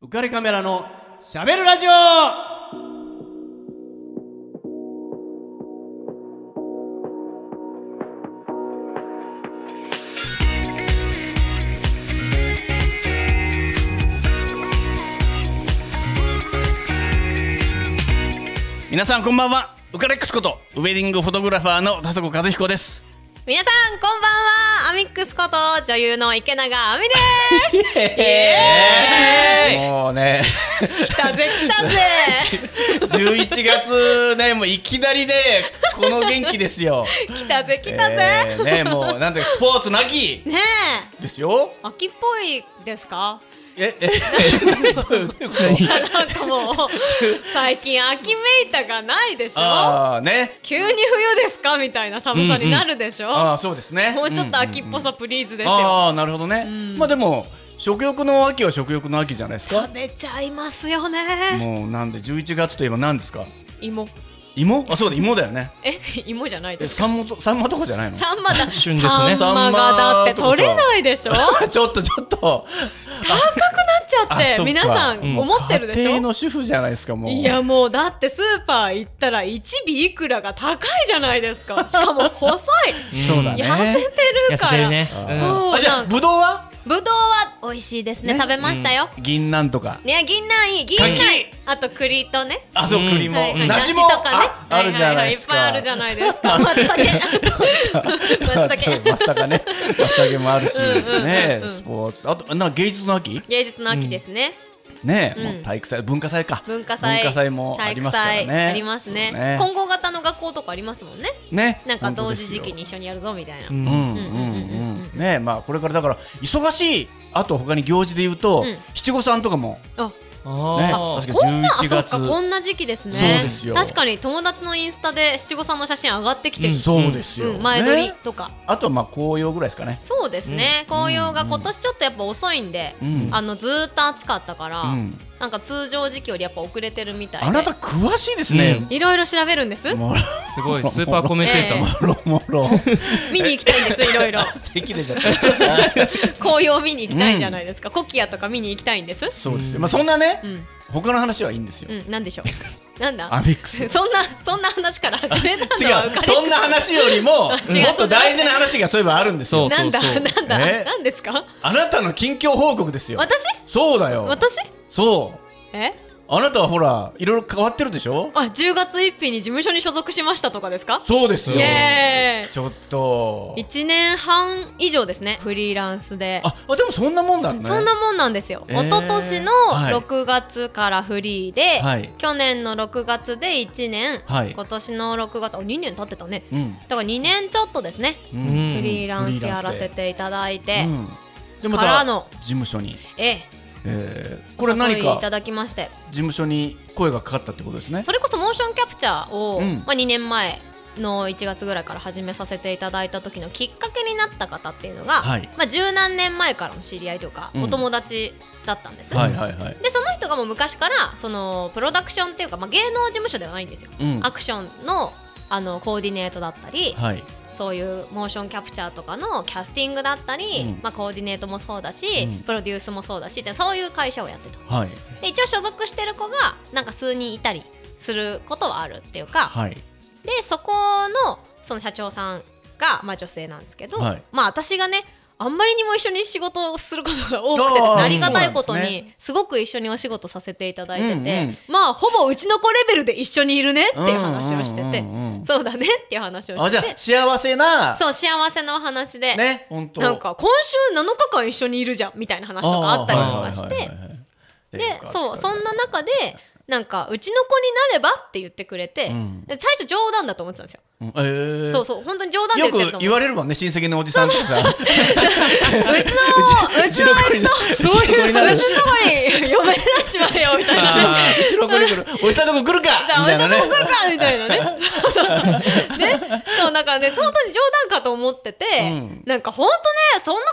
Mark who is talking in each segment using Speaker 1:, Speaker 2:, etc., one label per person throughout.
Speaker 1: 浮かれカメラのしゃべるラジオ
Speaker 2: 皆さんこんばんはウカレックスことウェディングフォトグラファーの田底和彦です
Speaker 3: 皆さんこんばんはアミックスこと女優の池永亜美ですイエーイ
Speaker 2: もうね
Speaker 3: 来たぜ来たぜ
Speaker 2: 11月ねもういきなりねこの元気ですよ
Speaker 3: 来たぜ来たぜ、
Speaker 2: えーねもうなんてスポーツなき
Speaker 3: ねえ
Speaker 2: ですよ
Speaker 3: 秋っぽいですか
Speaker 2: えええどういうこと
Speaker 3: なんかもう最近秋めいたがないでしょ
Speaker 2: ああね
Speaker 3: 急に冬ですかみたいな寒さになるでしょ、
Speaker 2: ああそうですね
Speaker 3: もうちょっと秋っぽさプリーズですよ、
Speaker 2: ああなるほどねまあでも食欲の秋は食欲の秋じゃないですか
Speaker 3: 食べちゃいますよね
Speaker 2: もうなんで11月といえば何ですか
Speaker 3: 芋
Speaker 2: 芋あそうだ芋だよね
Speaker 3: え芋じゃな
Speaker 2: え
Speaker 3: いですか
Speaker 2: サンマとサンマとかじゃないの
Speaker 3: サンマだ
Speaker 4: 旬ですね
Speaker 3: サンマがだって取れないでしょ
Speaker 2: ちょっとちょっと
Speaker 3: 高くなっちゃっ
Speaker 2: あそ
Speaker 3: て
Speaker 2: っか
Speaker 3: 皆さん思ってるでし
Speaker 2: 家
Speaker 3: ょ、
Speaker 2: 庭の主婦じゃないですかもう
Speaker 3: いやもうだってスーパー行ったら1尾いくらが高いじゃないです かしかも細い
Speaker 4: ん
Speaker 2: そうだ
Speaker 3: 痩
Speaker 2: ね
Speaker 3: せてる
Speaker 4: 痩
Speaker 3: か
Speaker 4: せてる
Speaker 3: ら、
Speaker 4: ねうん
Speaker 3: そ
Speaker 2: あ
Speaker 3: う
Speaker 2: じゃ
Speaker 3: な
Speaker 2: あ
Speaker 3: んか
Speaker 2: ぶどうは
Speaker 3: ぶどうは美味しいですね
Speaker 2: ね
Speaker 3: 食べましたよ、
Speaker 2: 銀杏とか
Speaker 3: ね銀杏いい銀
Speaker 2: 柿
Speaker 3: 杏あと栗とね
Speaker 2: あそう
Speaker 4: うん
Speaker 2: 栗も、
Speaker 3: はいはい、
Speaker 2: 梨
Speaker 3: 梨
Speaker 2: も
Speaker 3: とかね
Speaker 2: ああるじゃないですか、
Speaker 3: はははいっぱいあるじゃないですか松 茸松茸
Speaker 2: 松茸 ね松茸もあるし
Speaker 3: うんうんうんうん
Speaker 2: ねスポーツあとなんか芸術の秋
Speaker 3: 芸術の秋ですね、
Speaker 2: ね、
Speaker 3: うん
Speaker 2: もう体育祭文化祭か
Speaker 3: 文化祭
Speaker 2: もあ
Speaker 3: 体
Speaker 2: り
Speaker 3: 育
Speaker 2: ますから
Speaker 3: 祭
Speaker 2: ね
Speaker 3: ありますね
Speaker 2: そうね
Speaker 3: 混合型の学校とかありますもんね
Speaker 2: ね
Speaker 3: なんか同
Speaker 2: 本当で
Speaker 3: 時
Speaker 2: すよ
Speaker 3: 時期に一緒にやるぞみたいな、
Speaker 4: うん
Speaker 2: うん
Speaker 4: うん
Speaker 2: うん
Speaker 3: うんうん
Speaker 2: うんねまあこれからだから忙しいあと他に行事で言うと、
Speaker 3: うん
Speaker 2: 七五三とかも
Speaker 3: あ
Speaker 2: ね
Speaker 4: あ
Speaker 2: 確かに
Speaker 3: こんなあ
Speaker 2: 11
Speaker 3: そっ
Speaker 2: 月
Speaker 3: かこんな時期ですね
Speaker 2: そうですよ
Speaker 3: 確かに友達のインスタで七五三の写真上がってきてる、
Speaker 2: そうですよ、
Speaker 3: うん前撮り
Speaker 2: ね
Speaker 3: とか、
Speaker 2: あとはまあ紅葉ぐらいですかね
Speaker 3: そうですね、紅葉が今年ちょっとやっぱ遅いんで、
Speaker 2: うん
Speaker 3: あのずーっと暑かったから、
Speaker 2: うん
Speaker 3: なんか通常時期よりやっぱ遅れてるみたいで
Speaker 2: あなた詳しいですね、
Speaker 3: いろいろ調べるんです
Speaker 2: もろ
Speaker 4: すごいスーパーコメンテーターも
Speaker 3: え
Speaker 2: もろもろ
Speaker 3: 見に行きたいんですいろいろ
Speaker 2: 咳出ちゃった
Speaker 3: 紅葉見に行きたいじゃないですか、コキアとか見に行きたいんです
Speaker 2: そうですよまあそんなね、
Speaker 3: うん
Speaker 2: 他の話はいいんですよ、
Speaker 3: うんなん でしょうなんだ
Speaker 2: アミックス違う
Speaker 3: そんなそんな話から始めたのは浮かれ
Speaker 2: そんな話よりも
Speaker 3: 違う
Speaker 2: もっと大事な話がそういえばあるんですよ
Speaker 4: そう
Speaker 3: なんだなんだ、
Speaker 2: え
Speaker 3: なんですか
Speaker 2: あなたの近況報告ですよ
Speaker 3: 私
Speaker 2: そうだよ
Speaker 3: 私
Speaker 2: そう
Speaker 3: え
Speaker 2: あなたはほらいろいろ変わってるでしょ
Speaker 3: あ10月1日に事務所に所属しましたとかですか
Speaker 2: そうです
Speaker 3: イ
Speaker 2: よ
Speaker 3: エー
Speaker 2: ちょっと
Speaker 3: イ1年半以上ですねフリーランスで
Speaker 2: ああでもそんなもんだね
Speaker 3: そんなもんなんですよ、
Speaker 2: えー
Speaker 3: 一昨年の
Speaker 2: はい
Speaker 3: 6月からフリーで、
Speaker 2: はい
Speaker 3: 去年の6月で1年、
Speaker 2: はい
Speaker 3: 今年の6月あ2年経ってたね
Speaker 2: うん
Speaker 3: だから2年ちょっとですね、
Speaker 2: う
Speaker 4: うん
Speaker 2: ん
Speaker 3: フリーランスやらせていただいて、
Speaker 2: うんでま
Speaker 3: から
Speaker 2: た
Speaker 3: の
Speaker 2: 事務所に、
Speaker 3: ええ
Speaker 2: えー、こ
Speaker 3: こ
Speaker 2: れは何
Speaker 3: い
Speaker 2: か
Speaker 3: ただきまして
Speaker 2: 事務所に声がかかったってことですね
Speaker 3: それこそモーションキャプチャーを、
Speaker 2: うん
Speaker 3: まあ、2年前の1月ぐらいから始めさせていただいた時のきっかけになった方っていうのが、
Speaker 2: はい
Speaker 3: まあ、十何年前からの知り合いというか、
Speaker 2: うん
Speaker 3: お友達だったんです、
Speaker 2: はいはいはい
Speaker 3: でその人がもう昔からそのプロダクションっていうか、まあ、芸能事務所ではないんですよ、
Speaker 2: うん
Speaker 3: アクションのあのコーディネートだったり、
Speaker 2: はい
Speaker 3: そういうモーションキャプチャーとかのキャスティングだったり、
Speaker 2: うん
Speaker 3: まあ、コーディネートもそうだし、
Speaker 2: うん
Speaker 3: プロデュースもそうだしでそういう会社をやってた
Speaker 2: はい
Speaker 3: で一応所属してる子がなんか数人いたりすることはあるっていうか、
Speaker 2: はい
Speaker 3: でそこのその社長さんが、まあ、女性なんですけど、
Speaker 2: はい
Speaker 3: まあ私がねあんまりにも一緒に仕事をすることが多くてですね
Speaker 2: あー
Speaker 3: ありがたいこと
Speaker 2: そうなんです
Speaker 3: にすごく一緒にお仕事させていただいてて、
Speaker 2: うんうん
Speaker 3: まあほぼうちの子レベルで一緒にいるねっていう話をしてて、
Speaker 2: うんうんうんうん
Speaker 3: そうだねっていう話を
Speaker 2: あじ
Speaker 3: し
Speaker 2: ゃあ
Speaker 3: てて
Speaker 2: 幸せな
Speaker 3: そう幸せのお話で、
Speaker 2: ね本当
Speaker 3: なんか今週7日間一緒にいるじゃんみたいな話とかあったりとかして。でそうそんな中でなんかうちの子になればって言ってくれて、
Speaker 2: うん
Speaker 3: で最初冗談だと思ってたんですよ、
Speaker 2: なえー、
Speaker 3: そうそう本当に冗談で言
Speaker 2: よ
Speaker 3: ってると
Speaker 2: く
Speaker 3: 思
Speaker 2: 言
Speaker 3: う
Speaker 2: われるもんね親戚のおじさんとかさ
Speaker 3: うちのうちの
Speaker 2: 子にな
Speaker 3: そういう
Speaker 2: なる
Speaker 3: うちのとこに嫁になっちまえよみたい なじ
Speaker 2: あーうちの子に来るおじさんのとこ来るかみ
Speaker 3: ゃあお
Speaker 2: たい
Speaker 3: じ
Speaker 2: な
Speaker 3: さ
Speaker 2: ん
Speaker 3: と
Speaker 2: ね
Speaker 3: こ来るかみたいなねそうそうそうねそうだからね本当に冗談かと思ってて、
Speaker 2: うん
Speaker 3: なんか本当ねそんな感じだよね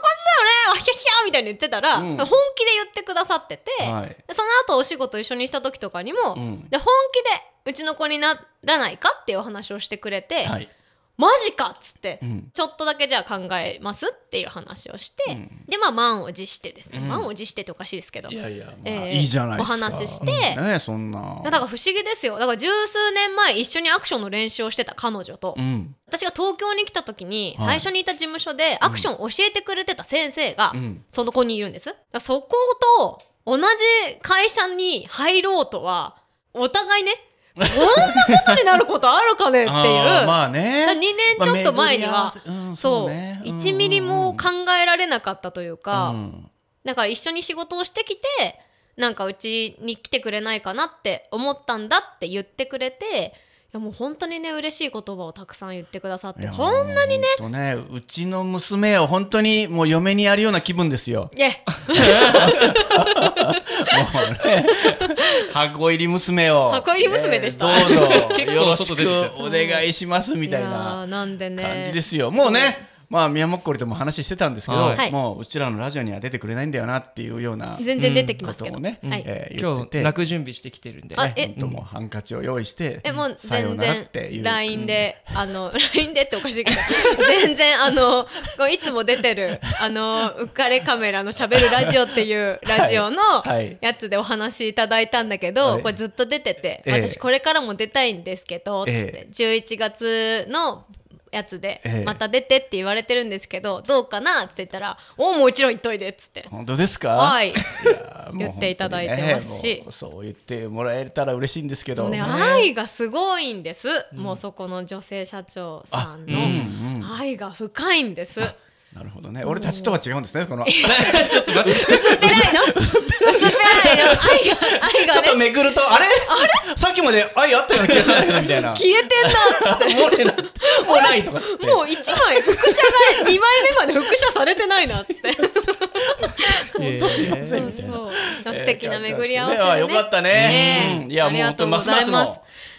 Speaker 3: わひゃひゃみたいに言ってたら、
Speaker 2: うん
Speaker 3: 本気で言ってくださってて、
Speaker 2: はい
Speaker 3: でその後お仕事一緒にした時とかにも、
Speaker 2: うん
Speaker 3: で本気でうちの子にならないかっていうお話をしてくれて、
Speaker 2: はい
Speaker 3: マジかっつって、
Speaker 2: ん
Speaker 3: ちょっとだけじゃあ考えますっていう話をして、
Speaker 2: うん
Speaker 3: でまあ満を持してですね、
Speaker 2: うん
Speaker 3: 満を持してっておかしいですけど
Speaker 2: いやいや、まあ
Speaker 3: えー
Speaker 2: いいじゃないですか
Speaker 3: お話しして
Speaker 2: うんねえそんない
Speaker 3: やだから不思議ですよだから十数年前一緒にアクションの練習をしてた彼女と、
Speaker 2: うん
Speaker 3: 私が東京に来た時に
Speaker 2: は
Speaker 3: 最
Speaker 2: い
Speaker 3: 初にいた事務所でアクションを教えてくれてた先生が
Speaker 2: うん
Speaker 3: その子にいるんです、だからそこと同じ会社に入ろうとはお互いねこんなことになることあるかねってい う、
Speaker 2: あーまあね
Speaker 3: 2年ちょっと前に
Speaker 2: まあ
Speaker 3: は、
Speaker 2: 巡り合わせうん
Speaker 3: そう
Speaker 2: ねうん
Speaker 3: 1ミリも考えられなかったというか、
Speaker 2: うん
Speaker 3: だから一緒に仕事をしてきてなんかうちに来てくれないかなって思ったんだって言ってくれていやもう本当にね嬉しい言葉をたくさん言ってくださっ
Speaker 2: い
Speaker 3: て
Speaker 2: や
Speaker 3: こんなにね
Speaker 2: ほんとねうちの娘を本当にもう嫁にやるような気分です よ
Speaker 3: いや
Speaker 2: 箱入り娘を
Speaker 3: 箱入り娘でした
Speaker 2: えー どうぞ
Speaker 4: 結
Speaker 2: よろ
Speaker 4: 構
Speaker 2: し
Speaker 4: 外
Speaker 2: く
Speaker 4: 出てた
Speaker 2: お願いします みたい
Speaker 3: やー
Speaker 2: な
Speaker 3: なんでね
Speaker 2: 感じですよもうねまあ宮もっこりとも話してたんですけど、
Speaker 4: はい
Speaker 2: もううちらのラジオには出てくれないんだよなっていうような
Speaker 3: 全然出てき
Speaker 2: こ
Speaker 3: ますけ
Speaker 2: と
Speaker 3: ど、
Speaker 2: もね、
Speaker 3: はい
Speaker 2: えー言
Speaker 4: 今
Speaker 2: って
Speaker 4: 日
Speaker 2: て
Speaker 4: 泣く準備してきてるんで
Speaker 3: あ
Speaker 4: ね
Speaker 3: え
Speaker 2: 本当もうハンカチを用意して、
Speaker 3: えもう
Speaker 2: さよう
Speaker 3: 全
Speaker 2: ならっていう
Speaker 3: 然 LINE であの LINE でっておかしいけど全然あのこういつも出てるあの浮かれカメラのしゃべるラジオっていうラジオの
Speaker 2: はいはい
Speaker 3: やつでお話いただいたんだけど、
Speaker 2: はい
Speaker 3: これずっと出てて、
Speaker 2: ええ
Speaker 3: 私これからも出たいんですけど、
Speaker 2: え
Speaker 3: つって11月のやつで、
Speaker 2: ええ
Speaker 3: また出てって言われてるんですけどどうかなっつって言ったら「おもちろん言っといで」っつって
Speaker 2: 本当ですか
Speaker 3: 「はい」
Speaker 2: やもう
Speaker 3: 言っていただいてます
Speaker 2: 本
Speaker 3: し
Speaker 2: 当にねもうそう言ってもらえたら嬉しいんですけ
Speaker 3: そ
Speaker 2: ど
Speaker 3: うね、愛がすごいんです、もうそこの女性社長さんの
Speaker 2: あうんうん
Speaker 3: 愛が深いんです、
Speaker 2: なるほどね俺たちとは違うんですねこのち
Speaker 4: ちょっと待って
Speaker 3: 薄っぺらいの薄っぺらいの愛が愛
Speaker 2: ょ
Speaker 3: が
Speaker 2: っと
Speaker 3: ね
Speaker 2: めくるとあれさっきまで愛あったような気がしたんだけどみたい な
Speaker 3: 消えてんなっつっ
Speaker 2: もうねもうないとかっつって
Speaker 3: てもう一枚副写が二枚目まで副写されてないなっつってそう
Speaker 2: ませんみたい
Speaker 3: そう
Speaker 2: な
Speaker 3: そう素敵な巡り合わせ
Speaker 2: ねあ
Speaker 3: で
Speaker 2: よ
Speaker 3: ね
Speaker 2: かったね。
Speaker 3: え
Speaker 2: うんいや、
Speaker 3: あり
Speaker 2: もう
Speaker 3: が
Speaker 2: 本
Speaker 3: と
Speaker 2: 当
Speaker 3: う
Speaker 2: ま
Speaker 3: ご
Speaker 2: す
Speaker 3: ざ
Speaker 2: ま
Speaker 3: い
Speaker 2: す
Speaker 3: ます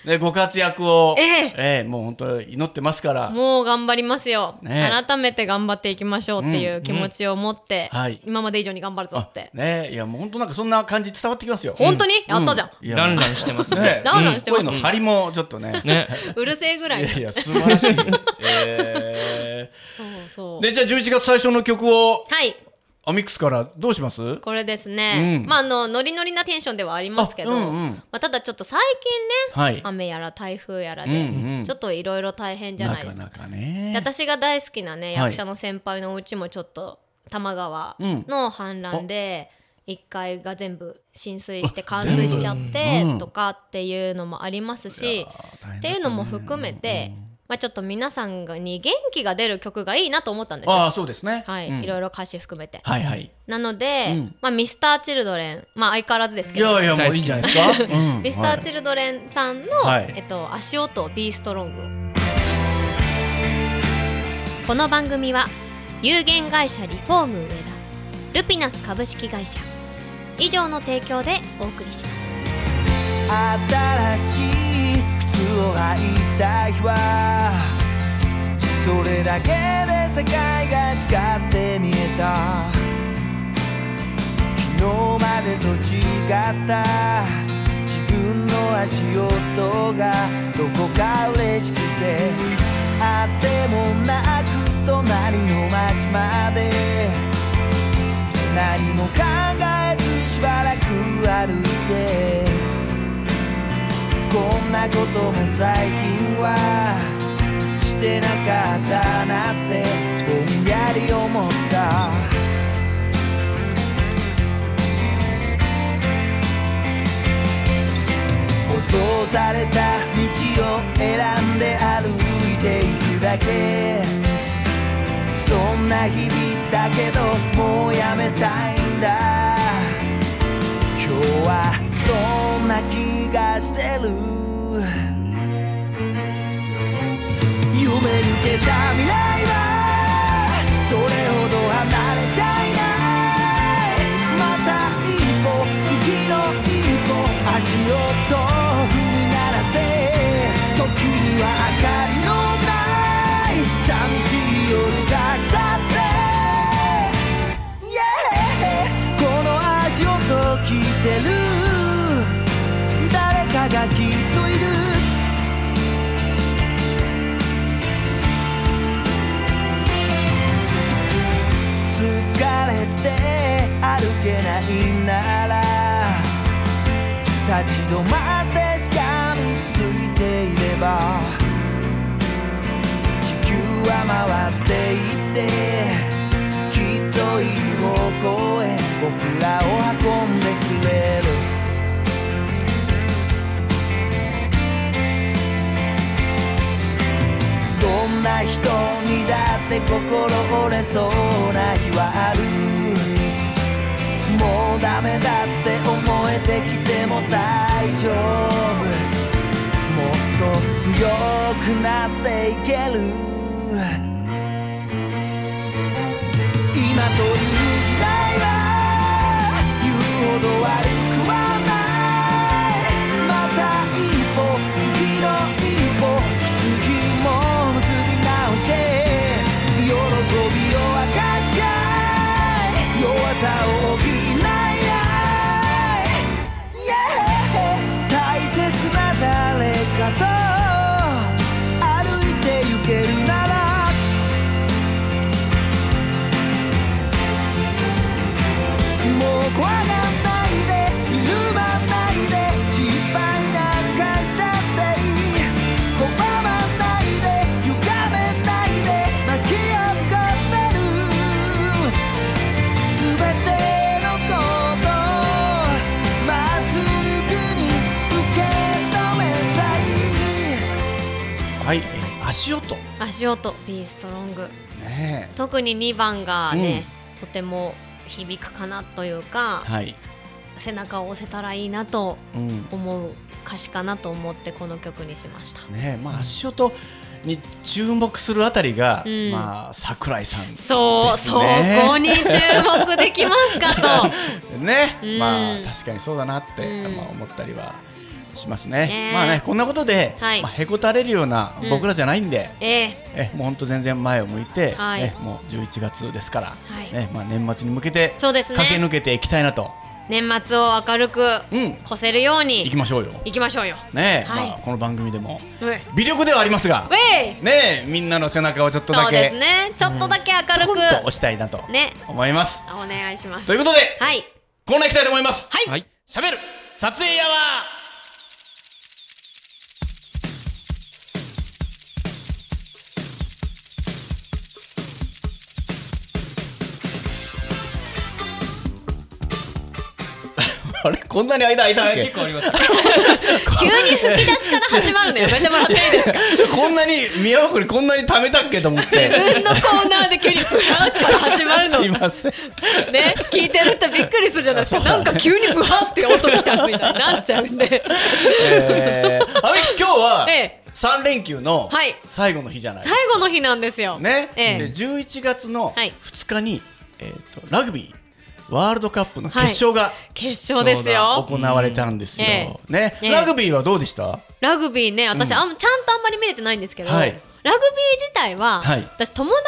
Speaker 2: の、ね、ご活躍を、
Speaker 3: ええ
Speaker 2: えもう本当祈ってますから。
Speaker 3: もう頑張りますよ、
Speaker 2: ね
Speaker 3: 改めて頑張っていきましょうっていう気持ちを持って、
Speaker 2: うんはい
Speaker 3: 今まで以上に頑張るぞ
Speaker 2: あ
Speaker 3: って、
Speaker 2: ねいや、もう本当なんかそんな感じ伝わってきますよ。
Speaker 3: 本当にやったじゃん
Speaker 2: ういや
Speaker 4: ランランしてます
Speaker 2: ね
Speaker 4: ね
Speaker 3: ランランしてます
Speaker 2: うん声の張りもちょっとね。
Speaker 4: ね
Speaker 3: うるせえぐらい
Speaker 2: い
Speaker 3: の
Speaker 2: やいや、素晴らし い。え
Speaker 3: そうそ
Speaker 2: ー
Speaker 3: う
Speaker 2: で、じゃあ11月最初の曲を、
Speaker 3: はい
Speaker 2: アミックスからどうします
Speaker 3: これですね、
Speaker 2: うん
Speaker 3: まああのノリノリなテンションではありますけど、
Speaker 2: あうんうん
Speaker 3: まあ、ただちょっと最近ね、
Speaker 2: はい。
Speaker 3: 雨やら台風やらで、
Speaker 2: うんうん
Speaker 3: ちょっといろいろ大変じゃ
Speaker 2: な
Speaker 3: ないで
Speaker 2: か
Speaker 3: すか
Speaker 2: なかね
Speaker 3: で。私が大好きなね
Speaker 2: はい
Speaker 3: 役者の先輩のお家もちょっと多摩川の氾濫で1階が全部浸水して冠水しちゃっ
Speaker 2: 全部う
Speaker 3: て
Speaker 2: ん
Speaker 3: とかっていうのもあります
Speaker 2: い
Speaker 3: し
Speaker 2: やー大変だったね
Speaker 3: っていうのも含めてまあちょっと皆さんに元気が出る曲がいいなと思ったんですよ。
Speaker 2: ああ、そうですね。
Speaker 3: はい、
Speaker 2: うん
Speaker 3: いろいろ歌詞含めて
Speaker 2: はいはい。
Speaker 3: なので、
Speaker 2: うん
Speaker 3: まあ、ミスターチルドレン、まあ、相変わらずです
Speaker 2: い
Speaker 3: けど、
Speaker 2: やいや、もういいんじゃないですか。うん
Speaker 3: ミスターチルドレンさんの、
Speaker 2: はい
Speaker 3: えっと、足音ビーストロングをこの番組は有限会社リフォーム上田ルピナス株式会社以上の提供でお送りします
Speaker 5: 新しい靴を履いた日はそれだけで世界が違って見えた昨日までと違った自分の足音がどこか嬉しくてあってもなく隣の街まで何も考えずしばらく歩いてこんなことも最近はしてなかったなってぼんやり思った舗装された道を選んで歩いていくだけそんな日々だけどもうやめたいんだ今日はそんな気がしてる夢見てた未来はそれほど離れちゃいないまた一歩次の一歩足音を踏み鳴らせ時には明かりのない寂しい夜が来たってイエーイこの足音を聞いてる誰かがきっといる立ち止まってしかみついていれば地球は回っていってきっといい方向へ僕らを運んでくれるどんな人にだって心折れそうな日はあるもうダメだって思えてきても大丈夫もっと強くなっていける今という時代は言うほど悪くはないまた一歩次の一歩きついも結び直して喜びを分かっちゃい弱さを補い合い Yeah 大切な誰かと歩いて行けるならもう怖がんないで緩まんないで失敗なんかしたっていい拒まないで歪めないで巻き起こせる全てのことまっすぐに受け止めたい
Speaker 2: はい、えー足音。
Speaker 3: 足音 B ストロング
Speaker 2: ね
Speaker 3: 特に2番がね、とても響くかなというか、
Speaker 2: えはい。
Speaker 3: 背中を押せたらいいなと
Speaker 2: うん。
Speaker 3: 思う歌詞かなと思ってこの曲にしました
Speaker 2: ねえ、まあ足音に注目するあたりが、
Speaker 3: うん
Speaker 2: まあ桜井さん。
Speaker 3: そう、
Speaker 2: です
Speaker 3: そ
Speaker 2: ね
Speaker 3: こに注目できます か
Speaker 2: ね、
Speaker 3: うん
Speaker 2: まあ確かにそうだなって、
Speaker 3: うん
Speaker 2: まあ、思ったりはしますね。
Speaker 3: ねえ
Speaker 2: まあねこんなことで、
Speaker 3: はい
Speaker 2: まあ、へこたれるような
Speaker 3: うん
Speaker 2: 僕らじゃないんで、
Speaker 3: とええ
Speaker 2: えもう本当全然前を向いて、
Speaker 3: はい
Speaker 2: えもう11月ですから、
Speaker 3: い
Speaker 2: ねまあ、年末に向けて
Speaker 3: そうですね
Speaker 2: 駆け抜けていきたいなと、
Speaker 3: 年末を明るく
Speaker 2: うん、
Speaker 3: 越せるよう
Speaker 2: い
Speaker 3: に
Speaker 2: きましょうよ。
Speaker 3: いきましょうよ
Speaker 2: ねえ、
Speaker 3: はい
Speaker 2: まあ、この番組でも
Speaker 3: うえ
Speaker 2: 微力ではありますが
Speaker 3: ウ、ェイ
Speaker 2: ねえ、みんなの背中をちょっと
Speaker 3: そ
Speaker 2: だ
Speaker 3: う
Speaker 2: け、
Speaker 3: ですねちょっとだけ明
Speaker 2: ポ
Speaker 3: る
Speaker 2: ンと押
Speaker 3: く
Speaker 2: したいなと
Speaker 3: ね
Speaker 2: 思います。
Speaker 3: お願いします
Speaker 2: ということで、
Speaker 3: はい
Speaker 2: コーナーいきたいと思います。
Speaker 3: はい、
Speaker 4: はい。
Speaker 2: しゃべる撮影やわ あれこんなに間空いたっ
Speaker 4: あ
Speaker 2: け
Speaker 4: 結構あります。
Speaker 3: 急に吹き出しから始まる のやめてもらっていいですか
Speaker 2: こんなに宮尾君こんなに貯めたっけと思っ
Speaker 3: 自
Speaker 2: て
Speaker 3: 分のコーナーで急にブハーから始まる
Speaker 2: すい
Speaker 3: の
Speaker 2: ません
Speaker 3: ね聞いてるってびっくりするじゃないですかなんか急にブハーって音きたみたいになっち ゃうんで
Speaker 2: えー、アメキシ今日は
Speaker 3: ええ
Speaker 2: 3連休の
Speaker 3: はい
Speaker 2: 最後の日じゃないですか
Speaker 3: 最後の日なんですよ
Speaker 2: ね、
Speaker 3: ええ
Speaker 2: で11月の
Speaker 3: はい
Speaker 2: 2日に、えー、とラグビーワールドカップの決勝が
Speaker 3: 決勝ですよ
Speaker 2: 行われたんですよ、
Speaker 3: え
Speaker 2: ね、
Speaker 3: ええ
Speaker 2: ラグビーはどうでした、
Speaker 3: ラグビーね私、
Speaker 2: うん
Speaker 3: あんちゃんとあんまり見れてないんですけど、
Speaker 2: はい
Speaker 3: ラグビー自体は、
Speaker 2: はい
Speaker 3: 私友達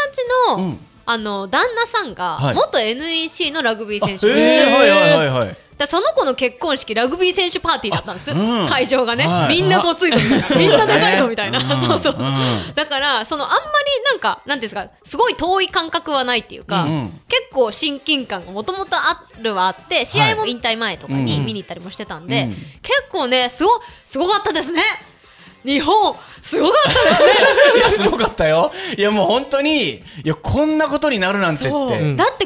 Speaker 3: の、
Speaker 2: うん
Speaker 3: あの旦那さんが、
Speaker 2: はい
Speaker 3: 元 NEC のラグビー
Speaker 2: あ
Speaker 3: 選手なんです
Speaker 2: え
Speaker 3: よ
Speaker 2: ーはいはいはいはい
Speaker 3: だその子の結婚式ラグビー選手パーティーだったんです、
Speaker 2: あうん
Speaker 3: 会場がね、
Speaker 2: はい
Speaker 3: みんなごついぞみたいな、みんなでかいぞみたいな、
Speaker 2: うん
Speaker 3: そうそう、
Speaker 2: うん
Speaker 3: だからそのあんまりなんかなんていうんですかすごい遠い感覚はないっていうか、
Speaker 2: うんうん
Speaker 3: 結構親近感がもともとあるはあって試合も
Speaker 2: は
Speaker 3: 引退前とか
Speaker 2: うん
Speaker 3: に
Speaker 2: うん
Speaker 3: 見に行ったりもしてたんで、
Speaker 2: うん
Speaker 3: 結構ねすごすごかったですね日本すごかったですね
Speaker 2: いやすごかったよいやもう本当にいやこんなことになるなんてって
Speaker 3: そう、
Speaker 4: ん
Speaker 3: だって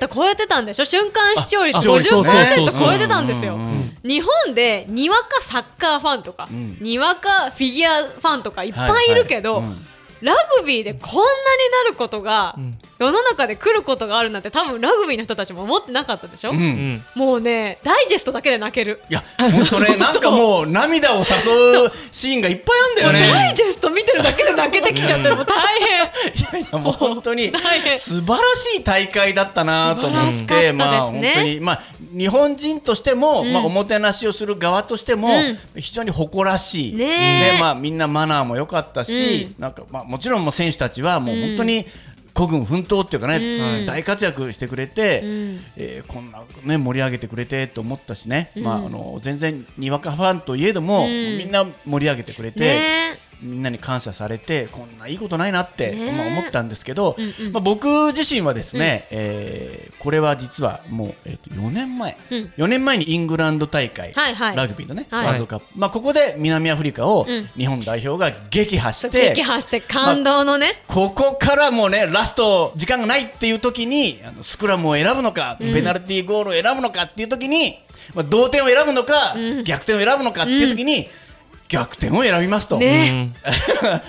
Speaker 3: 50%超えてたんでしょ瞬間視聴率
Speaker 2: あそうそうそう
Speaker 4: そう
Speaker 3: 50%超えてたんですよ
Speaker 2: うんうんうん
Speaker 3: 日本でにわかサッカーファンとか、
Speaker 2: ん
Speaker 3: にわかフィギュアファンとかいっぱいいるけど、
Speaker 2: はいはいうん
Speaker 3: ラグビーでこんなになることが、
Speaker 4: ん
Speaker 3: 世の中で来ることがあるなんて多分ラグビーの人たちも思ってなかったでしょ、
Speaker 2: うん
Speaker 4: うん。
Speaker 3: もうねダイジェストだけで泣ける、
Speaker 2: いや本当ねなんかもう涙を誘うシーンがいっぱいあるんだよ
Speaker 3: ダイ
Speaker 2: ね
Speaker 3: ジェスト見てるだけで泣けてきちゃってもう大 変
Speaker 2: いやもう本当に
Speaker 3: 大変
Speaker 2: 素晴らしい大会だったなと思っ
Speaker 3: 素
Speaker 2: て、
Speaker 3: 晴らし
Speaker 2: まあ
Speaker 3: かった
Speaker 2: 本
Speaker 3: ですね
Speaker 2: 当にまあ日本人としても、
Speaker 3: うん
Speaker 2: まあおもてなしをする側としても、
Speaker 3: う
Speaker 2: 非常に誇らしい。
Speaker 3: ねえ
Speaker 2: でまあみんなマナーも良かったし、なんかまあもちろんもう選手たちはもう本当に。孤軍奮闘っていうかね、
Speaker 3: うん
Speaker 2: 大活躍してくれて、
Speaker 3: うん
Speaker 2: えーこんな、ね、盛り上げてくれてと思ったしね、まあ、あの全然にわかファンといえども、
Speaker 3: うん
Speaker 2: みんな盛り上げてくれて、
Speaker 3: ね
Speaker 2: みんなに感謝されてこんないいことないなって、
Speaker 3: ねえ
Speaker 2: まあ、思ったんですけど、
Speaker 3: うんうん
Speaker 2: まあ、僕自身はですね、えーこれは実はもう、えーと4年前、
Speaker 3: うん
Speaker 2: 4年前にイングランド大会、
Speaker 3: はいはい
Speaker 2: ラグビーのね、
Speaker 3: はい
Speaker 2: ワールドカップ、まあ、ここで南アフリカを
Speaker 3: うん
Speaker 2: 日本代表が撃破し
Speaker 3: 激
Speaker 2: て、
Speaker 3: 破して感動のね、
Speaker 2: ここからもうねラスト時間がないっていう時にあのスクラムを選ぶのか、ペナルティーゴールを選ぶのかっていう時に、まあ、同点を選ぶのか、逆転を選ぶのかっていう時に、逆転を選びます と。
Speaker 3: ね、かっ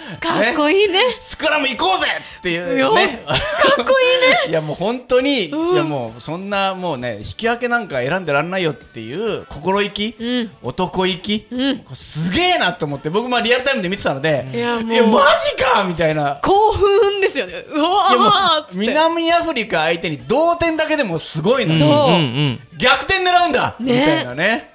Speaker 3: こいいね
Speaker 2: スクラム行こうぜって
Speaker 3: い
Speaker 2: い
Speaker 3: や
Speaker 2: うね。
Speaker 3: かっこいいね
Speaker 2: いやもう本当に、
Speaker 3: うん
Speaker 2: いやもうそんなもうね引き分けなんか選んでらんないよっていう心意気、
Speaker 3: うん
Speaker 2: 男意気、
Speaker 3: うん
Speaker 2: これすげえなと思って僕もリアルタイムで見てたので、
Speaker 3: いやもう
Speaker 2: マジかみたいな。
Speaker 3: 興奮ですよねう
Speaker 2: いやもう
Speaker 3: わーっつって
Speaker 2: 南アフリカ相手に同点だけでもすごいな、
Speaker 3: そう
Speaker 4: うんうん
Speaker 2: 逆転狙うんだ、
Speaker 3: ね
Speaker 2: みたいなね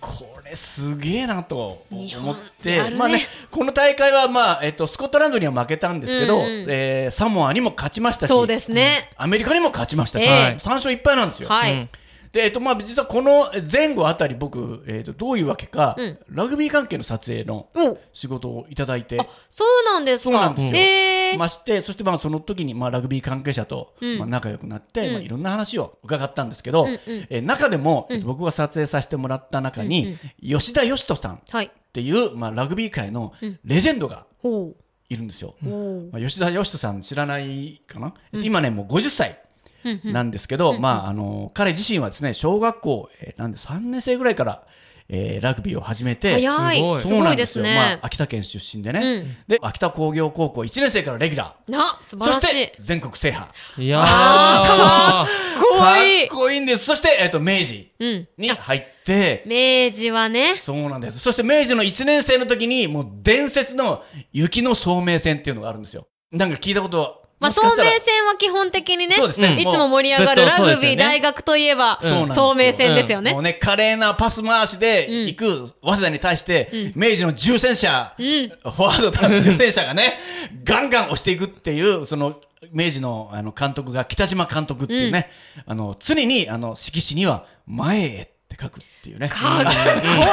Speaker 2: これすげえなと思っ
Speaker 3: 日
Speaker 2: て、
Speaker 3: 本やるね
Speaker 2: まあね、この大会は、まあえっとスコットランドには負けたんですけど、
Speaker 3: うんうん
Speaker 2: えーサモアにも勝ちましたし
Speaker 3: そうですね、
Speaker 2: アメリカにも勝ちましたし、
Speaker 3: え
Speaker 4: え
Speaker 2: 3勝1敗なんですよ。
Speaker 3: は
Speaker 4: う
Speaker 3: い、
Speaker 4: ん
Speaker 2: でえっとまあ、実はこの前後あたり僕、えっとどういうわけか、
Speaker 3: うん
Speaker 2: ラグビー関係の撮影の
Speaker 3: お
Speaker 2: 仕事をいただいて
Speaker 3: あそうなんですか
Speaker 2: そうなんですよ
Speaker 3: えー
Speaker 2: ましてそしてまあその時にまあラグビー関係者と
Speaker 3: うん
Speaker 2: まあ仲良くなって、
Speaker 3: うん
Speaker 2: まあいろんな話を伺ったんですけど、
Speaker 3: うんうん
Speaker 2: えー中でも、えっと僕が撮影させてもらった中に、吉田義人さんっ
Speaker 3: はい
Speaker 2: ていう、まあ、ラグビー界の
Speaker 3: うん
Speaker 2: レジェンドが
Speaker 3: ほ
Speaker 2: いるんですよ。
Speaker 3: うほう
Speaker 2: まあ、吉田義人さん知らないかな、えっと今ねもう50歳
Speaker 3: うんうん
Speaker 2: なんですけど、まあ、あの彼自身はですね小学校、えーなんで3年生ぐらいから、えーラグビーを始めて
Speaker 3: 早い
Speaker 4: すごい
Speaker 3: す
Speaker 2: そう
Speaker 3: ご
Speaker 2: なん
Speaker 3: い
Speaker 2: で
Speaker 3: ですす
Speaker 2: よ、まあ
Speaker 3: ね、
Speaker 2: 秋田県出身でね、
Speaker 3: うん
Speaker 2: で秋田工業高校1年生からレギュラー。
Speaker 3: な素晴
Speaker 2: そ
Speaker 3: ら
Speaker 2: し
Speaker 3: しい
Speaker 2: て全国制覇
Speaker 4: いやー
Speaker 3: か
Speaker 4: か
Speaker 2: か
Speaker 3: っ
Speaker 2: っ
Speaker 3: こいい
Speaker 2: こいいんですそして、えっと明治
Speaker 3: うん
Speaker 2: に入って
Speaker 3: 明治はね
Speaker 2: そうなんですそして明治の1年生の時にもう伝説の雪の聡明戦っていうのがあるんですよなんか聞いたこと
Speaker 3: まあ、
Speaker 2: もし
Speaker 3: 聡
Speaker 2: かした
Speaker 3: 明
Speaker 2: ら
Speaker 3: 戦は基本的にね
Speaker 2: そうですね
Speaker 3: いつも盛り上がる
Speaker 4: もうずっ
Speaker 3: ラ
Speaker 4: とそう
Speaker 3: グ
Speaker 4: ですよ
Speaker 3: ビ
Speaker 4: ね
Speaker 3: ー大学といえば
Speaker 2: そうなんですよ
Speaker 3: 聡明戦ですよね
Speaker 2: もう。ね華麗なパス回しで行く早稲田に対して、明治の重戦車、フォワードた重戦車がねガンガン押していくっていうその明治のあの監督が北島監督っていうね、あの常にあの色紙には「前へ」って書くっていうね
Speaker 3: かっこ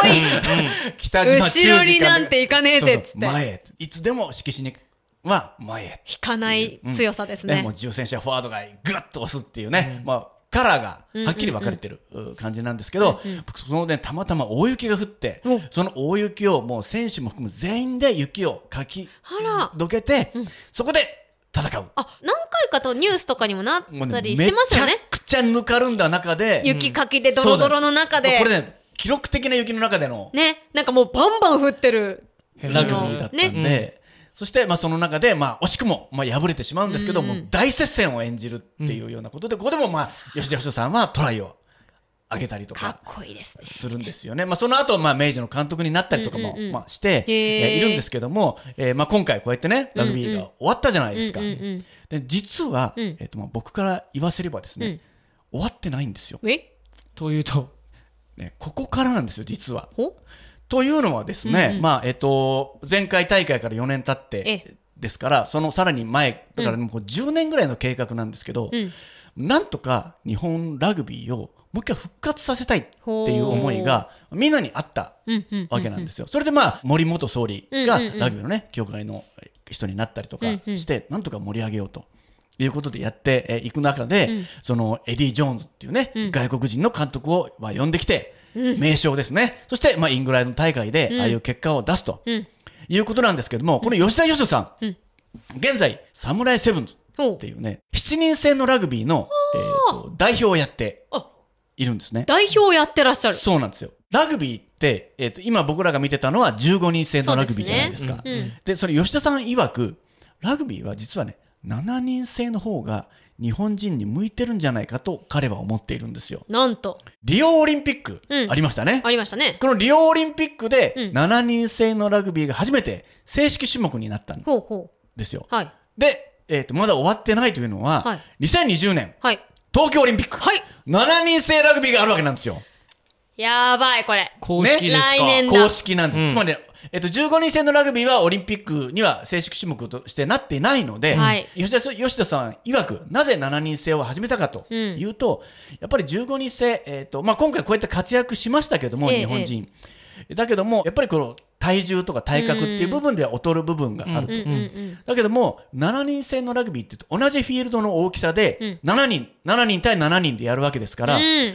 Speaker 3: いい
Speaker 2: 北島忠司
Speaker 3: 後ろになんていかねえぜっつっ
Speaker 2: そうそう
Speaker 3: て
Speaker 2: 前へいつでも色紙には前へ
Speaker 3: 引かない強さです
Speaker 2: ね、
Speaker 3: ね
Speaker 2: もう。重戦車フォワードがぐっと押すっていうね、まあ、カラーがはっきり分かれてるう感じなんですけど、僕そのねたまたま大雪が降って、
Speaker 3: お
Speaker 2: その大雪をもう選手も含む全員で雪をかき
Speaker 3: あら
Speaker 2: どけて、そこで戦う。
Speaker 3: あ何回かとニュースとかにもなっ
Speaker 2: もう
Speaker 3: たりし
Speaker 2: め
Speaker 3: て
Speaker 2: ち
Speaker 3: ますよ
Speaker 2: ゃ
Speaker 3: ね。
Speaker 2: くちゃぬかるんだ中で、
Speaker 3: 雪かきでドロドロの中で
Speaker 2: これね記録的な雪の中での
Speaker 3: ねなんかもうバンバン降ってる。
Speaker 2: ラグビーだったんで、
Speaker 3: ね
Speaker 2: そして、まあ、その中で、まあ、惜しくも、まあ、敗れてしまうんですけど、
Speaker 3: うん
Speaker 2: もう大接戦を演じるっていうようなことで、ここでも、まあ、吉田芳生さんはトライを上げたりと
Speaker 3: かっ
Speaker 2: か。
Speaker 3: こいいですね。
Speaker 2: するんですよね、まあ、その後、まあ明治の監督になったりとかも、
Speaker 3: うんうんうん
Speaker 2: まあ、して、え
Speaker 3: へー
Speaker 2: ーいるんですけども、えーまあ、今回こうやってねラグビーが終わったじゃないですか、
Speaker 3: うんうん
Speaker 2: で実は、
Speaker 3: うん
Speaker 2: えー、とまあ僕から言わせればですね、終わってないんですよ、
Speaker 3: うん、え
Speaker 4: というと
Speaker 2: ね、ここからなんですよ実は。
Speaker 3: ほ
Speaker 2: というのはですね、
Speaker 3: うんうん
Speaker 2: まあえっと前回大会から4年経っ
Speaker 3: え
Speaker 2: てですからそのさらに前だからもう10年ぐらいの計画なんですけど、
Speaker 3: うん
Speaker 2: なんとか日本ラグビーをもう一回復活させたいっていう思いがみんなにあった
Speaker 3: うんうん
Speaker 2: わけなんですよ。それでまあ森元総理が
Speaker 3: うんうんうん
Speaker 2: ラグビーのね協会の人になったりとか
Speaker 3: うんうん
Speaker 2: してなんとか盛り上げようと。いうことでやってえーいく中で、
Speaker 3: うん
Speaker 2: そのエディ・ジョーンズっていうね、
Speaker 3: うん
Speaker 2: 外国人の監督をまあ呼んできて、
Speaker 3: うん
Speaker 2: 名将ですねそしてまあイングランド大会で
Speaker 3: うん
Speaker 2: ああいう結果を出すと
Speaker 3: うん
Speaker 2: いうことなんですけども、この吉田義人さん、
Speaker 3: うん
Speaker 2: 現在サムライセブンズ
Speaker 3: ほ
Speaker 2: っ
Speaker 3: う
Speaker 2: ていうね7人制のラグビーの、えーと代表をやって
Speaker 3: あ
Speaker 2: いるんですね。
Speaker 3: 代表をやってらっしゃる。
Speaker 2: そうなんですよ。ラグビーって、えー、と今僕らが見てたのは15人制のラグビーじゃないですか。
Speaker 4: そう
Speaker 2: で
Speaker 4: です
Speaker 3: ねうん
Speaker 2: それ吉田さん曰くラグビーは実はね7人制の方が日本人に向いてるんじゃないかと彼は思っているんですよ。
Speaker 3: なんと
Speaker 2: リオオリンピック、
Speaker 3: うん
Speaker 2: ありましたね。
Speaker 3: ありましたね。
Speaker 2: このリオオリンピックで
Speaker 3: うん
Speaker 2: 7人制のラグビーが初めて正式種目になったん
Speaker 3: ほうほ
Speaker 2: ですよ。
Speaker 3: うはい
Speaker 2: で、えー、とまだ終わってないというのは、
Speaker 3: はい
Speaker 2: 2020年
Speaker 3: はい
Speaker 2: 東京オリンピック、
Speaker 3: はい
Speaker 2: 7人制ラグビーがあるわけなんですよ。
Speaker 3: やばいこれ。
Speaker 4: 公式ですか、
Speaker 3: ね来年だ
Speaker 2: 公式なんです、
Speaker 4: うん
Speaker 2: つまり、えっと、15人制のラグビーはオリンピックには正式種目としてなっていないので、
Speaker 3: はい
Speaker 2: 吉田さん吉田さん曰くなぜ7人制を始めたかと
Speaker 3: うん
Speaker 2: いうと、やっぱり15人制、えっとまあ、今回こうやって活躍しましたけども、
Speaker 3: ええ
Speaker 2: 日本人、だけどもやっぱりこの体重とか体格っていう部分では劣る部分があると
Speaker 3: うんうんうん
Speaker 2: だけども7人制のラグビーって言うと同じフィールドの大きさで
Speaker 3: う
Speaker 2: 7人、7人対7人でやるわけですから、
Speaker 3: うん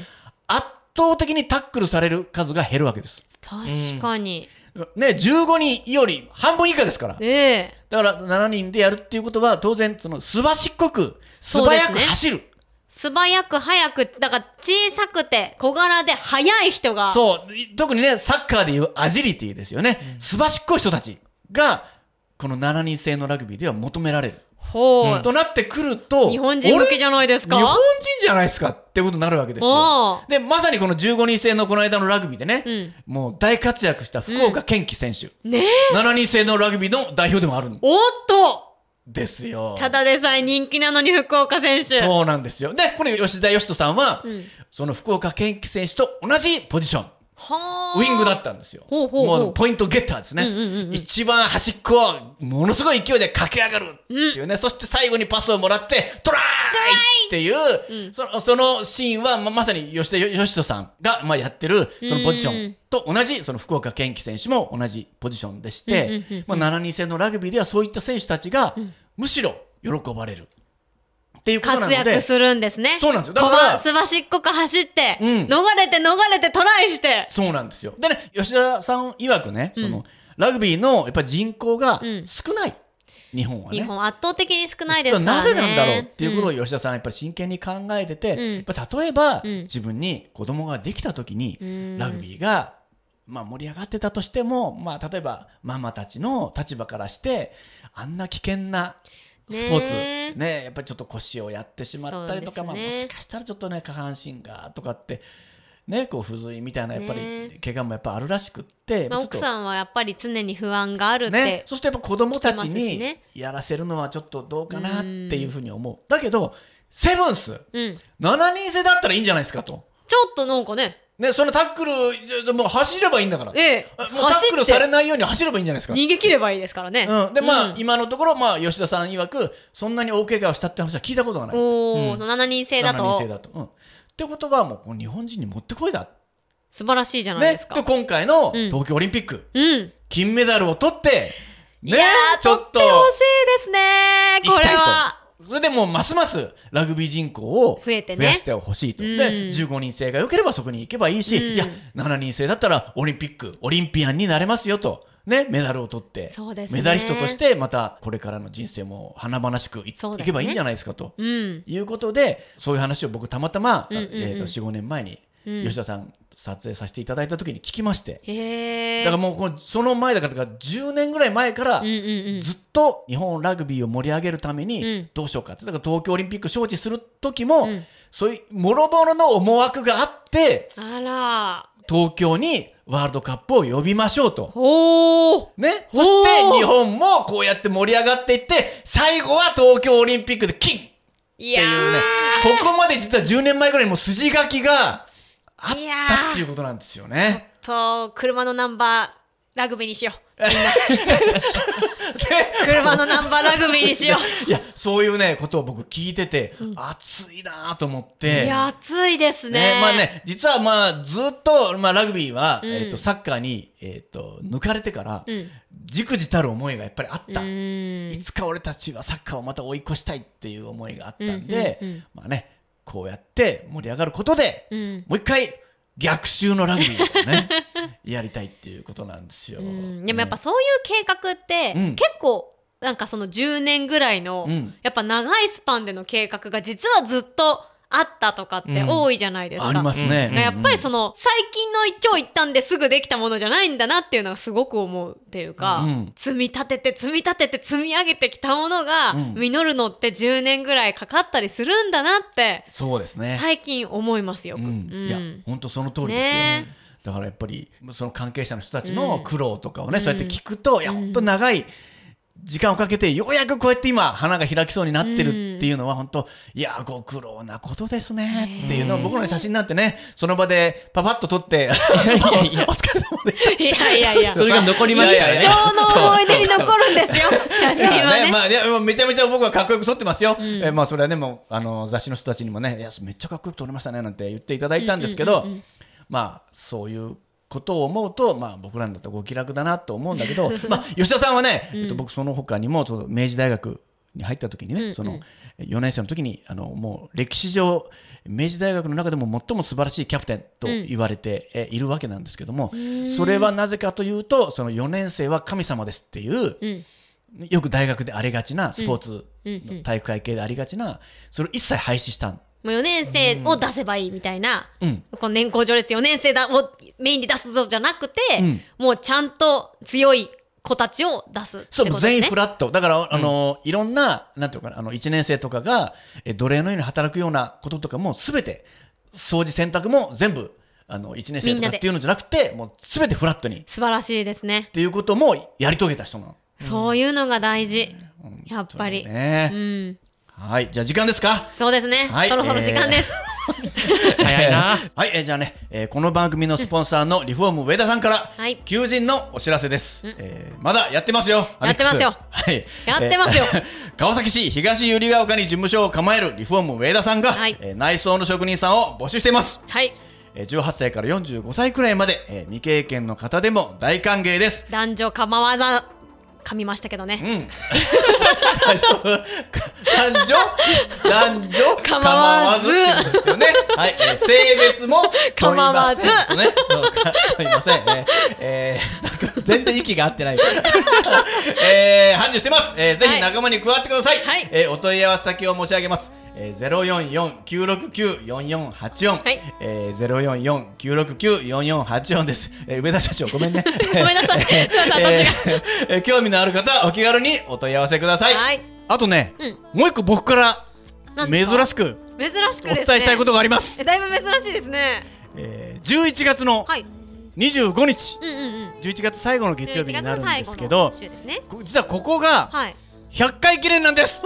Speaker 2: 圧倒的にタックルされる数が減るわけです。
Speaker 3: 確かに
Speaker 2: ね、15人より半分以下ですから。
Speaker 3: ええ
Speaker 2: だから7人でやるっていうことは当然そのすばしっこく素
Speaker 3: そうで
Speaker 2: 早
Speaker 3: す
Speaker 2: く
Speaker 3: ね
Speaker 2: 走る。
Speaker 3: 素早く早くだから小さくて小柄で速い人が
Speaker 2: そう,、特にねサッカーでいうアジリティですよね。すばしっこい人たちがこの7人制のラグビーでは求められる。
Speaker 3: ほう
Speaker 2: となってくると
Speaker 3: 日本人向けじゃないですか
Speaker 2: 日本人じゃないですかってことになるわけですよ。
Speaker 3: おう
Speaker 2: でまさにこの15人制のこの間のラグビーでね、
Speaker 3: うん
Speaker 2: もう大活躍した福岡堅樹選手、
Speaker 3: ねえ
Speaker 2: 7人制のラグビーの代表でもあるん
Speaker 3: おっと
Speaker 2: ですよ。
Speaker 3: ただでさえ人気なのに福岡選手
Speaker 2: そうなんですよ。でこれ吉田義人さんは、
Speaker 3: うん
Speaker 2: その福岡堅樹選手と同じポジション
Speaker 3: はあ
Speaker 2: ウイングだったんですよ。
Speaker 3: ほうほうほう
Speaker 2: もうポイントゲッターですね、
Speaker 3: うんうんうんうん
Speaker 2: 一番端っこをものすごい勢いで駆け上がるっていうね、そして最後にパスをもらってトライっていう、そのそのシーンはままさに吉田義人さんが、まあ、やってるそのポジションと同じその福岡堅樹選手も同じポジションでして、
Speaker 3: うんうん
Speaker 2: まあ、7人制のラグビーではそういった選手たちがむしろ喜ばれるっていうことなの
Speaker 3: 活
Speaker 2: で
Speaker 3: 躍するんですね
Speaker 2: そうなんですよだから
Speaker 3: 小すばしっこく走って、
Speaker 2: うん
Speaker 3: 逃れて逃れてトライして
Speaker 2: そうなんですよ。でね、吉田さん曰くね、そのラグビーのやっぱり人口が
Speaker 3: うん
Speaker 2: 少ない、日本はね。
Speaker 3: 日本圧倒的に少ないで
Speaker 2: そ
Speaker 3: す
Speaker 2: れ
Speaker 3: から
Speaker 2: な
Speaker 3: ね
Speaker 2: ぜなんだろうっていうことを
Speaker 3: ん
Speaker 2: 吉田さんはやっぱり真剣に考えてて、
Speaker 3: うん
Speaker 2: やっぱ例えば、
Speaker 3: うん
Speaker 2: 自分に子供ができた時に、
Speaker 3: ん
Speaker 2: ラグビーが、まあ、盛り上がってたとしても、まあ、例えばママたちの立場からしてあんな危険なスポーツ
Speaker 3: ね
Speaker 2: ね
Speaker 3: え
Speaker 2: やっぱりちょっと腰をやってしまったりとか、
Speaker 3: そ
Speaker 2: ま
Speaker 3: う
Speaker 2: あ、
Speaker 3: ですね
Speaker 2: もしかしたらちょっとね下半身がとかって。ね、こう不随みたいなやっぱ
Speaker 3: ねえ
Speaker 2: り怪我もやっぱあるらしくって、
Speaker 3: まあ、
Speaker 2: ちょっと
Speaker 3: 奥さんはやっぱり常に不安があるって、
Speaker 2: ね、そしてやっぱ子供たち
Speaker 3: 聞きますし
Speaker 2: に
Speaker 3: ね
Speaker 2: やらせるのはちょっとどうかなっていうふうに思う。だけど、セブンス、
Speaker 3: うん、ち
Speaker 2: 7人制だったらいいんじゃないですかと。
Speaker 3: ょっとなんかね
Speaker 2: ね、そのタックル、じゃもう走ればいいんだから。
Speaker 3: ええ
Speaker 2: あもうタックル
Speaker 3: 走
Speaker 2: さ
Speaker 3: っ
Speaker 2: れ
Speaker 3: て
Speaker 2: ないように走ればいいんじゃないですか。
Speaker 3: 逃げ切ればいいですからね、
Speaker 2: うん、で、まあ、
Speaker 3: うん
Speaker 2: 今のところ、まあ、吉田さん曰く、そんなに大怪我をしたって話は聞いたことがない。
Speaker 3: おお、
Speaker 4: うん
Speaker 3: その7人制だ
Speaker 2: 7人制
Speaker 3: と
Speaker 2: だと。うん。ってことは、もうこの日本人に持ってこいだ。
Speaker 3: 素晴らしいじゃない
Speaker 2: ね
Speaker 3: です。か、
Speaker 2: で、今回の
Speaker 3: うん
Speaker 2: 東京オリンピック、
Speaker 3: うん
Speaker 2: 金メダルを取って、
Speaker 3: い
Speaker 2: ね
Speaker 3: やー、
Speaker 2: ちょっと。
Speaker 3: 取ってほしいですね
Speaker 2: 行
Speaker 3: こ
Speaker 2: きた
Speaker 3: れ
Speaker 2: い
Speaker 3: は
Speaker 2: と。それでもうますますラグビー人口を
Speaker 3: 増えてね
Speaker 2: 増やしてほしいと、
Speaker 3: うん
Speaker 2: で15人制が良ければそこに行けばいいし、
Speaker 3: うん
Speaker 2: いや7人制だったらオリンピックオリンピアンになれますよと、ね、メダルを取って、
Speaker 3: そうですね
Speaker 2: メダリストとしてまたこれからの人生も華々しくい,、
Speaker 3: そうですね
Speaker 2: けばいいんじゃないですかと、
Speaker 3: うん
Speaker 2: いうことでそういう話を僕たまたま、
Speaker 3: うんうんうん
Speaker 2: えーと45年前に
Speaker 3: うん
Speaker 2: 吉田さん撮影させていただいた時に聞きまして、
Speaker 3: へえ
Speaker 2: だからもうこのその前だからだから10年ぐらい前から、
Speaker 3: うんうんうん
Speaker 2: ずっと日本ラグビーを盛り上げるため
Speaker 3: うん
Speaker 2: にどうしようかって、だから東京オリンピック招致する時も、
Speaker 3: うん
Speaker 2: そういうもろもろの思惑があって
Speaker 3: あら
Speaker 2: 東京にワールドカップを呼びましょうと。
Speaker 3: おお
Speaker 2: ね、
Speaker 3: おー
Speaker 2: そして日本もこうやって盛り上がっていって最後は東京オリンピックで金っ
Speaker 3: い
Speaker 2: て
Speaker 3: や
Speaker 2: いうねここまで実は10年前ぐらいにもう筋書きがあったっていうことなんですよね。
Speaker 3: と車のナンバーラグビーにしよ うみんな車のナンバーラグビーに しよう
Speaker 2: いやそういうねことを僕聞いてて、熱いなぁと思って
Speaker 3: いや暑いですね
Speaker 2: ねまあね、実はまあずっと、まあ、ラグビーは、
Speaker 3: うん
Speaker 2: えー、とサッカーに、えー、と抜かれてから
Speaker 3: うん
Speaker 2: じくじたる思いがやっぱりあった、
Speaker 3: うーん
Speaker 2: いつか俺たちはサッカーをまた追い越したいっていう思いがあったんで、
Speaker 3: うんうんうん
Speaker 2: まあね、こうやって盛り上がることで、
Speaker 3: うん
Speaker 2: もう一回逆襲のラグビーを ねやりたいっていうことなんですよ。
Speaker 3: うんでもやっぱそういう計画って、
Speaker 2: うん
Speaker 3: 結構なんかその10年ぐらいの、
Speaker 2: うん
Speaker 3: やっぱ長いスパンでの計画が実はずっとあったとかって
Speaker 4: うん
Speaker 3: 多いじゃないですか。
Speaker 2: ありますね。
Speaker 3: やっぱりそ
Speaker 2: の、
Speaker 3: の最近の一長一短ですぐできたものじゃないんだなっていうのがすごく思うっていうか、
Speaker 2: うん
Speaker 3: 積み立てて積み立てて積み上げてきたものが
Speaker 2: うん
Speaker 3: 実るのって10年ぐらいかかったりするんだなって
Speaker 2: そうですね。
Speaker 3: 最近思いますよく。
Speaker 2: うん
Speaker 3: うん
Speaker 2: いや本当その通りですよ、
Speaker 3: ね
Speaker 2: だからやっぱりその関係者の人たちの苦労とかをね、
Speaker 3: うん
Speaker 2: そうやって聞くと、いや
Speaker 3: うん
Speaker 2: 本当長い時間をかけてようやくこうやって今花が開きそうになってるっていうのは本当いやご苦労なことですねっていうのを僕らの写真なんてねその場でパパッと撮って
Speaker 4: やいや
Speaker 2: お疲れ様でした。
Speaker 3: いやいやいや
Speaker 4: それが残り
Speaker 3: 一
Speaker 4: まし
Speaker 2: い
Speaker 4: た
Speaker 2: やいや
Speaker 4: ね
Speaker 2: いや
Speaker 3: 生の思い出に残るんですよ写真はね
Speaker 2: まあ、いやめちゃめちゃ僕はかっこよく撮ってますよ、
Speaker 3: ん
Speaker 2: えーまあ、それはねもうあの雑誌の人たちにもねいやめっちゃかっこよく撮れましたねなんて言っていただいたんですけど、まあそういうことを思うと、まあ、僕らだとご気楽だなと思うんだけ ど、まあ、吉田さんはね、えっと、僕その他にもその明治大学に入った時にね、
Speaker 3: うんうん
Speaker 2: その4年生の時にあのもう歴史上明治大学の中でも最も素晴らしいキャプテンと言われてえいるわけなんですけども、それはなぜかというとその4年生は神様ですっていう、
Speaker 3: うん
Speaker 2: よく大学でありがちなスポーツ
Speaker 3: うんうん
Speaker 2: の体育会系でありがちなそれを一切廃止したん
Speaker 3: もう4年生を出せばいいみたいな、
Speaker 2: うん
Speaker 3: この年功序列4年生だをメインに出すぞじゃなくて、
Speaker 2: うん
Speaker 3: もうちゃんと強い子たちを出すって
Speaker 2: そう、
Speaker 3: ことです
Speaker 2: 全
Speaker 3: ね。
Speaker 2: 員フラット。だから、あの、いろんな、なんていうのかな、あの、1年生とかが、え奴隷のように働くようなこととかも、すべて、掃除、洗濯も全部、あの、1年生
Speaker 3: み
Speaker 2: と
Speaker 3: んな
Speaker 2: かっ
Speaker 3: で
Speaker 2: ていうのじゃなくて、もうすべてフラットに、っ
Speaker 3: 素晴らしいですね。
Speaker 2: ていうこともやり遂げた人なの。
Speaker 3: そういうのが大事。やっぱり。
Speaker 2: そうね
Speaker 3: うん。
Speaker 2: はい、じゃあ時間ですか
Speaker 3: そうですね。
Speaker 2: はい
Speaker 3: そろそろ時間です。
Speaker 4: 早いな。
Speaker 2: はい、えーじゃあね、えーこの番組のスポンサーのリフォーム上田さんから、
Speaker 3: はい
Speaker 2: 求人のお知らせです、えーまだやってますよ、アレックス
Speaker 3: やってますよ
Speaker 2: はい、
Speaker 3: やってますよ
Speaker 2: えー 川崎市東百合ヶ丘に事務所を構えるリフォーム上田さんが、
Speaker 3: はい
Speaker 2: えー内装の職人さんを募集しています。
Speaker 3: はい。
Speaker 2: えー18歳から45歳くらいまで、えー未経験の方でも大歓迎です。
Speaker 3: 男女構わざ、噛みましたけど
Speaker 2: う
Speaker 3: ね。
Speaker 2: ん。大丈夫。男女男女
Speaker 3: 構わ
Speaker 2: 構わってこ
Speaker 3: ず
Speaker 2: とですよね。はい、えー性別も
Speaker 3: 構わず
Speaker 2: 問いませんですね。そうか問いません。えーえーなんか全然息が合ってない。 えー、繁盛してます。えー、ぜ
Speaker 3: は
Speaker 2: ひ
Speaker 3: い
Speaker 2: 仲間に加わってください。
Speaker 3: はい
Speaker 2: えーお問い合わせ先を申し上げます。えー、044-969-4484、
Speaker 3: はい
Speaker 2: えー、044-969-4484です、えー、上田社長ごめんね
Speaker 3: ごめんなさい。すいません、私が。
Speaker 2: えーえー興味のある方はお気軽にお問い合わせください、
Speaker 3: はい
Speaker 2: あとね、もう一個僕から
Speaker 3: なんで
Speaker 2: 珍
Speaker 3: すか
Speaker 2: しく
Speaker 3: 珍しく
Speaker 2: お
Speaker 3: ですね。
Speaker 2: 伝えしたいことがあります、
Speaker 3: えだいぶ珍しいですね。
Speaker 2: えー、11月の
Speaker 3: はい。
Speaker 2: 25日、
Speaker 3: うんうんうん。
Speaker 2: 11月最後の月曜日になるんですけど
Speaker 3: 11月の最後の週ですね。
Speaker 2: こ実はここが
Speaker 3: はい。
Speaker 2: 100回記念なんです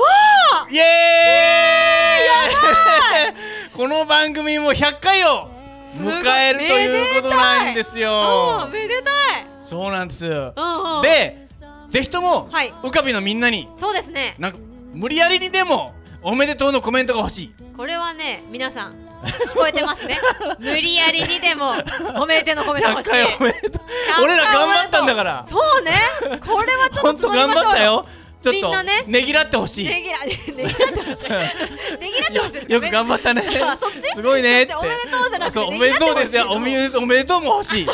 Speaker 2: イエーイ この番組も100回を迎えるということなんです
Speaker 3: お
Speaker 2: よ
Speaker 3: ー、めでたい。
Speaker 2: そうなんです
Speaker 3: うんうん。、
Speaker 2: でぜひとも、
Speaker 3: はいう
Speaker 2: かびのみんなに
Speaker 3: そうですね。
Speaker 2: なんか無理やりにでもおめでとうのコメントが欲しい
Speaker 3: これはね、皆さん、聞こえてます ね。無理やりにでも、おめでてのコメント欲しい。
Speaker 2: 100おめでとう俺ら頑張ったんだから
Speaker 3: そうね。これはちょ
Speaker 2: 本
Speaker 3: っ
Speaker 2: 当
Speaker 3: と募り
Speaker 2: 頑
Speaker 3: ましょう。
Speaker 2: 張った。よちょっ
Speaker 3: みんな
Speaker 2: と
Speaker 3: ね
Speaker 2: ねぎらってほしい
Speaker 3: ねぎら、ねぎらってほしい。ねぎらってほしいですね。
Speaker 2: よく頑張ったね
Speaker 3: あそっち
Speaker 2: すごいねって
Speaker 3: そっちおめでとうじゃなくて
Speaker 2: そうお
Speaker 3: ね
Speaker 2: め
Speaker 3: ぎら
Speaker 2: でとう
Speaker 3: ってほしい
Speaker 2: ですよおめでとうおめでとうも欲 しい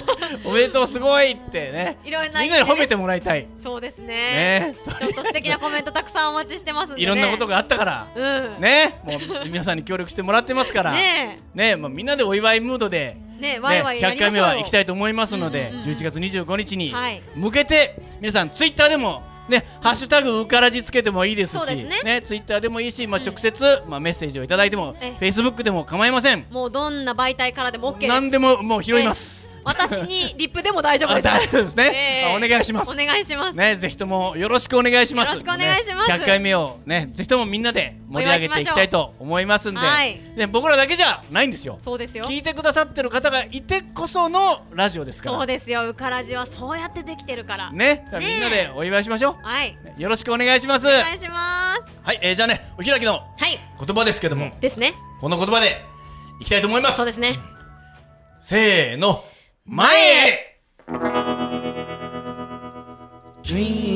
Speaker 2: おめでとうすごいってね
Speaker 3: いろいろな
Speaker 2: み
Speaker 3: 意
Speaker 2: ん
Speaker 3: 味で
Speaker 2: な
Speaker 3: ね
Speaker 2: に褒めてもらいたい
Speaker 3: そうですね
Speaker 2: ね
Speaker 3: ちょっと素敵なコメントたくさんお待ちしてますんで、ね。
Speaker 2: いろんなこと
Speaker 3: が。
Speaker 2: があったから
Speaker 3: うん。
Speaker 2: ねもう皆さんに協力してもらってますから
Speaker 3: ね
Speaker 2: ねもうみんなでお祝いムードで
Speaker 3: え。ねえ、
Speaker 2: ね
Speaker 3: ワイワイや
Speaker 2: 100
Speaker 3: りま
Speaker 2: 回
Speaker 3: し
Speaker 2: 目
Speaker 3: ょうよ。
Speaker 2: は行きたいと思いますので、
Speaker 3: うんうんうん
Speaker 2: 11月25日に
Speaker 3: はい
Speaker 2: 向けて、皆さん、ツイッターでも、ね、ハッシュタグうからじつけてもいいです
Speaker 3: そうで
Speaker 2: し、
Speaker 3: すね
Speaker 2: ツイッターでもいいし、まあ、
Speaker 3: うん
Speaker 2: 直接、まあ、メッセージをいただいても、フ
Speaker 3: ええ
Speaker 2: ェイスブックでも構いません、
Speaker 3: もうどんな媒体からでも OK です。
Speaker 2: 何でももう拾います。
Speaker 3: 私 にリップでも大丈夫
Speaker 2: あ
Speaker 3: です。
Speaker 2: 大丈夫ですね、
Speaker 3: ええ
Speaker 2: あお願いします。
Speaker 3: お願いします。
Speaker 2: ね、ぜひともよろしくお願いします。
Speaker 3: よろしくお願いします
Speaker 2: ね100回目をね、ぜひともみんなで盛り上げていきたいと思いますんで、
Speaker 3: お祝いしまし
Speaker 2: ね、僕らだけじゃないんですよ。
Speaker 3: そうですよ。
Speaker 2: 聞いてくださってる方がいてこそのラジオですから。
Speaker 3: そうですよ。うからじはそうやってできてるから。
Speaker 2: ね、
Speaker 3: ね
Speaker 2: みんなでお祝いしましょ
Speaker 3: はい。
Speaker 2: う。よろしくお願いします。
Speaker 3: お
Speaker 2: は
Speaker 3: 願いします。
Speaker 2: い、えーじゃあね、お開きの
Speaker 3: はい。
Speaker 2: 言葉ですけども、
Speaker 3: ですね。
Speaker 2: この言葉でいきたいと思いま
Speaker 3: そ
Speaker 2: す。
Speaker 3: うですね。
Speaker 2: せーの、前へ
Speaker 5: Dream